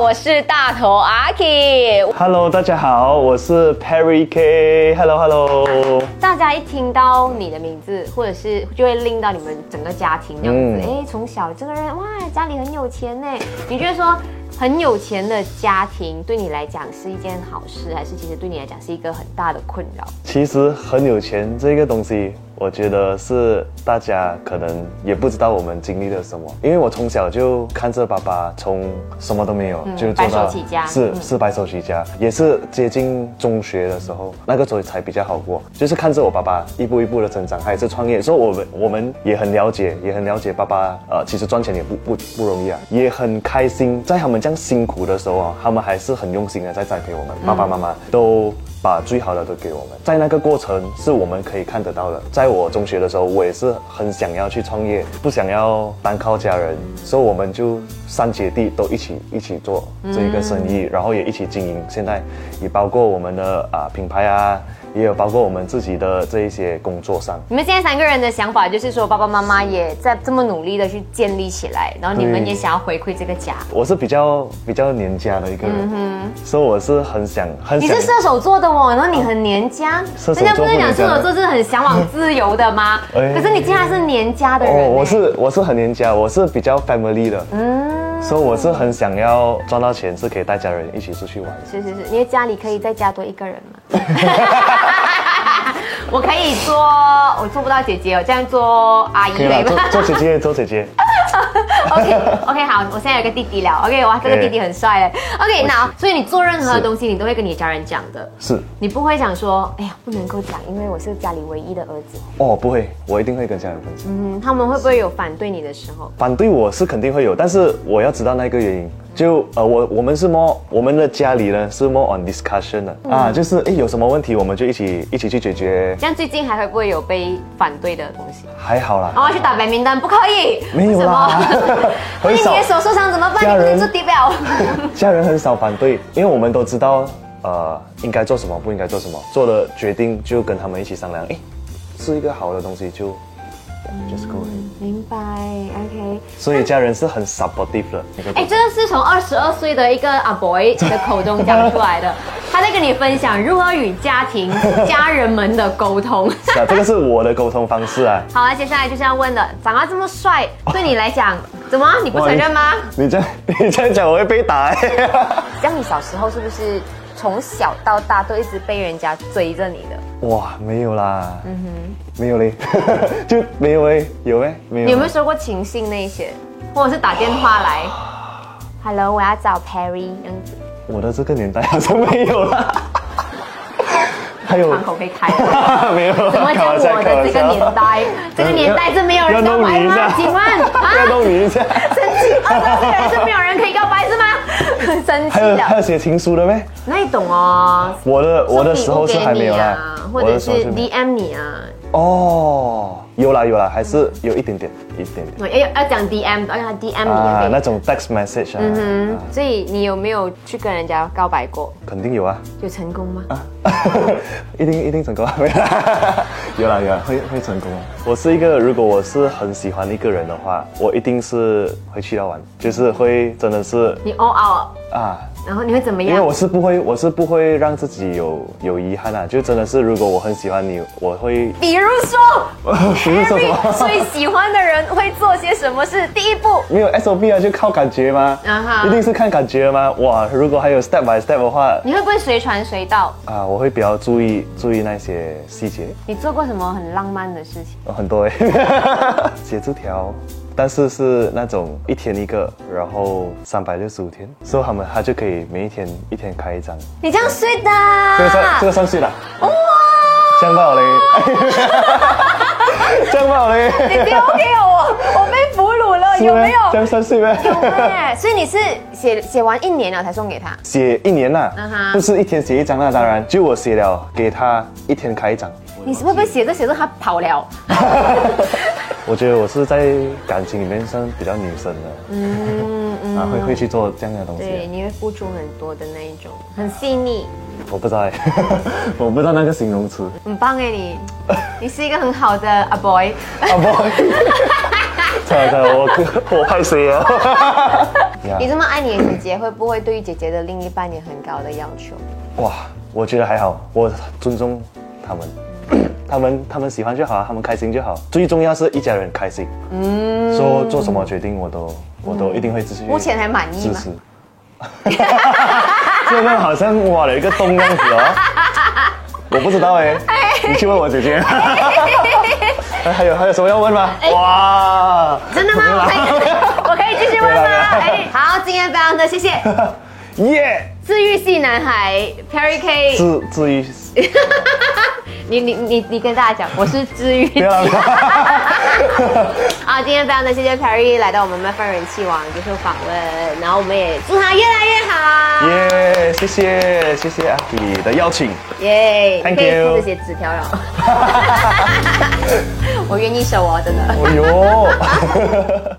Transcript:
我是大头阿 K。 Hello，大家好，我是 Perry K。Hello，Hello。大家一听到你的名字，或者是就会令到你们整个家庭这样子。哎、嗯从小这个人哇，家里很有钱呢。你觉得说很有钱的家庭对你来讲是一件好事，还是其实对你来讲是一个很大的困扰？其实很有钱这个东西，我觉得是大家可能也不知道我们经历了什么，因为我从小就看着爸爸从什么都没有、就嗯做白到手起家是嗯是白手起家，也是接近中学的时候，那个时候才比较好过，就是看着我爸爸一步一步的成长，他也是创业，所以我们我们也很了解，也很了解爸爸，呃，其实赚钱也不不不容易啊，也很开心，在他们这样辛苦的时候啊，他们还是很用心的在栽培我们，爸爸妈妈都。把最好的都给我们，在那个过程是我们可以看得到的。在我中学的时候，我也是很想要去创业，不想要单靠家人，所以我们就三姐弟都一起一起做这一个生意，然后也一起经营。现在也包括我们的啊、品牌啊，也有包括我们自己的这一些工作上。你们现在三个人的想法就是说，爸爸妈妈也在这么努力的去建立起来，然后你们对也想要回馈这个家。我是比较比较黏家的一个人，所以我是很想很你想是射手座的哦，然后你很黏家，哦射手人家不是座不讲能这射样手座是很向往自由的吗？ 哎可是你竟然是黏家的人、哦，我哎是我是很黏家，我是比较 family 的，所以我是很想要赚到钱是可以带家人一起出去玩。是是是，你的家里可以再加多一个人 吗？我可以做，我做不到姐姐，我这样做阿姨可以啦，对吧做做姐姐，做姐姐， ？OK OK，好，我现在有个弟弟了。OK，哇，这个哎弟弟很帅哎。OK，我那所以你做任何是东西，你都会跟你家人讲的。是你不会想说，哎呀，不能够讲，因为我是家里唯一的儿子。哦，不会，我一定会跟家人分享。嗯，他们会不会有反对你的时候？反对我是肯定会有，但是我要知道那个原因。就呃，我我们是 more 我们的家里呢是 more on discussion 的、嗯啊，就是诶有什么问题我们就一起一起去解决，像最近还会不会有被反对的东西？还好啦。然后去打白名单，不可以，没为有啦，什么万 很一少你的手受伤怎么办？家你不能人做地表。 家人很少反对，因为我们都知道，呃，应该做什么，不应该做什么，做了决定就跟他们一起商量，诶，是一个好的东西就嗯 just go ahead。明白，OK。所以家人是很 supportive 的那个哎，这个是从二十二岁的一个阿 boy 的口中讲出来的，他在跟你分享如何与家庭、家人们的沟通。 是啊，这个是我的沟通方式啊。好啊，接下来就是要问了，长得这么帅，对你来讲，怎么你不承认吗？你这样你这样讲我会被打、 欸。像你小时候是不是从小到大都一直被人家追着你的？哇，没有啦，嗯哼，没有嘞， 就没有嘞，有咩？没有。啊你有没有收过情信那一些，或者是打电话来，Hello，我要找 Perry，这样子我的这个年代好像没有啦。还有 窗口被开了。没有啦，怎么开讲玩笑我的这开个玩笑年代，这个年代是没有人告白吗？请问 要啊，弄你一下。生气，二十岁人是没有人可以告白是吗？ 生气还有还 的，有写情书的咩？那你懂哦。我的我的时候是送礼物还给没你有啦啊，，或我者的是时候是没有 DM 你啊，哦，有啦有啦，还是有一点点一点点要要讲 DM，要让他 DM 你啊，那啊。种 text message 啊，嗯啊，所以你有没有去跟人家告白过？肯定有啊。 有成功吗？一定一定成 功，没有啦，有啦有啦，会会成功。啊我是一个，如果我是很喜欢一个人的话，我一定是会去到玩，就是会真的是你 all out，啊，然后你会怎么因为样我？是不会，我是不会让自己有有遗憾啊，就真的是如果我很喜欢你，我会比如说比如说什么，Harry 最喜欢的人会做些什么事？第一步， 没有 SOP 啊，就靠感觉吗啊哈一定是看感觉吗？哇，如果还有 step by step 的话你会不会随传随到？啊，我会比较注意注意那些细节。你做过什么很浪漫的事情？哦很多哎， 写字条，但是是那种一天一个，然后三百六十五天，所以他们他就可以每一天一天开一张，你这样睡的？这个算这个算是啦，啊哇！这样 不好嘞，这样不好嘞，你丢给我，我 被俘虏了，是有咩没有？这样算是有呗。哎，所以你是写写完一年了才送给他？写一年呐、嗯哼不是一天写一张那当然，就我写了给他一天 开一张。你是会不会写着写着他跑了？我觉得我是在感情里面算比较女生的，嗯嗯，啊会会去做这样的东西啊。对，你会付出很多的那一种，很细腻，我不知道 哎，我不知道那个形容词。啊很棒哎 你，你是一个很好的阿 boy。 啊不好意思，对对，我我害谁啊？ Yeah 你这么爱你的姐姐，会不会对于姐姐的另一半也很高的要求？哇，我觉得还好，我尊重他们， 他们他们喜欢就好，他们开心就好，最重要是一家人开心。嗯，说做什么决定我都我都一定会支持。目前还满意支吗持。这个好像挖了一个洞样子哦，我不知道哎，你去问我姐姐。还有还有什么要问吗？哇，真的没有吗？我啦可以，我可以继续问吗没有？啦没有哎，好，今天非常的谢谢耶，治愈系男孩 Perry K，至至于你你你你跟大家讲，我是治愈不 要了。啊，今天非常的谢谢 Perry 来到我们麦饭人气王接受访问，然后我们也祝他越来越好，耶，谢谢谢谢阿迪的邀请。耶！你 Thank 可以 you 撕这些纸条了， 我愿意收哦，真的。哎呦。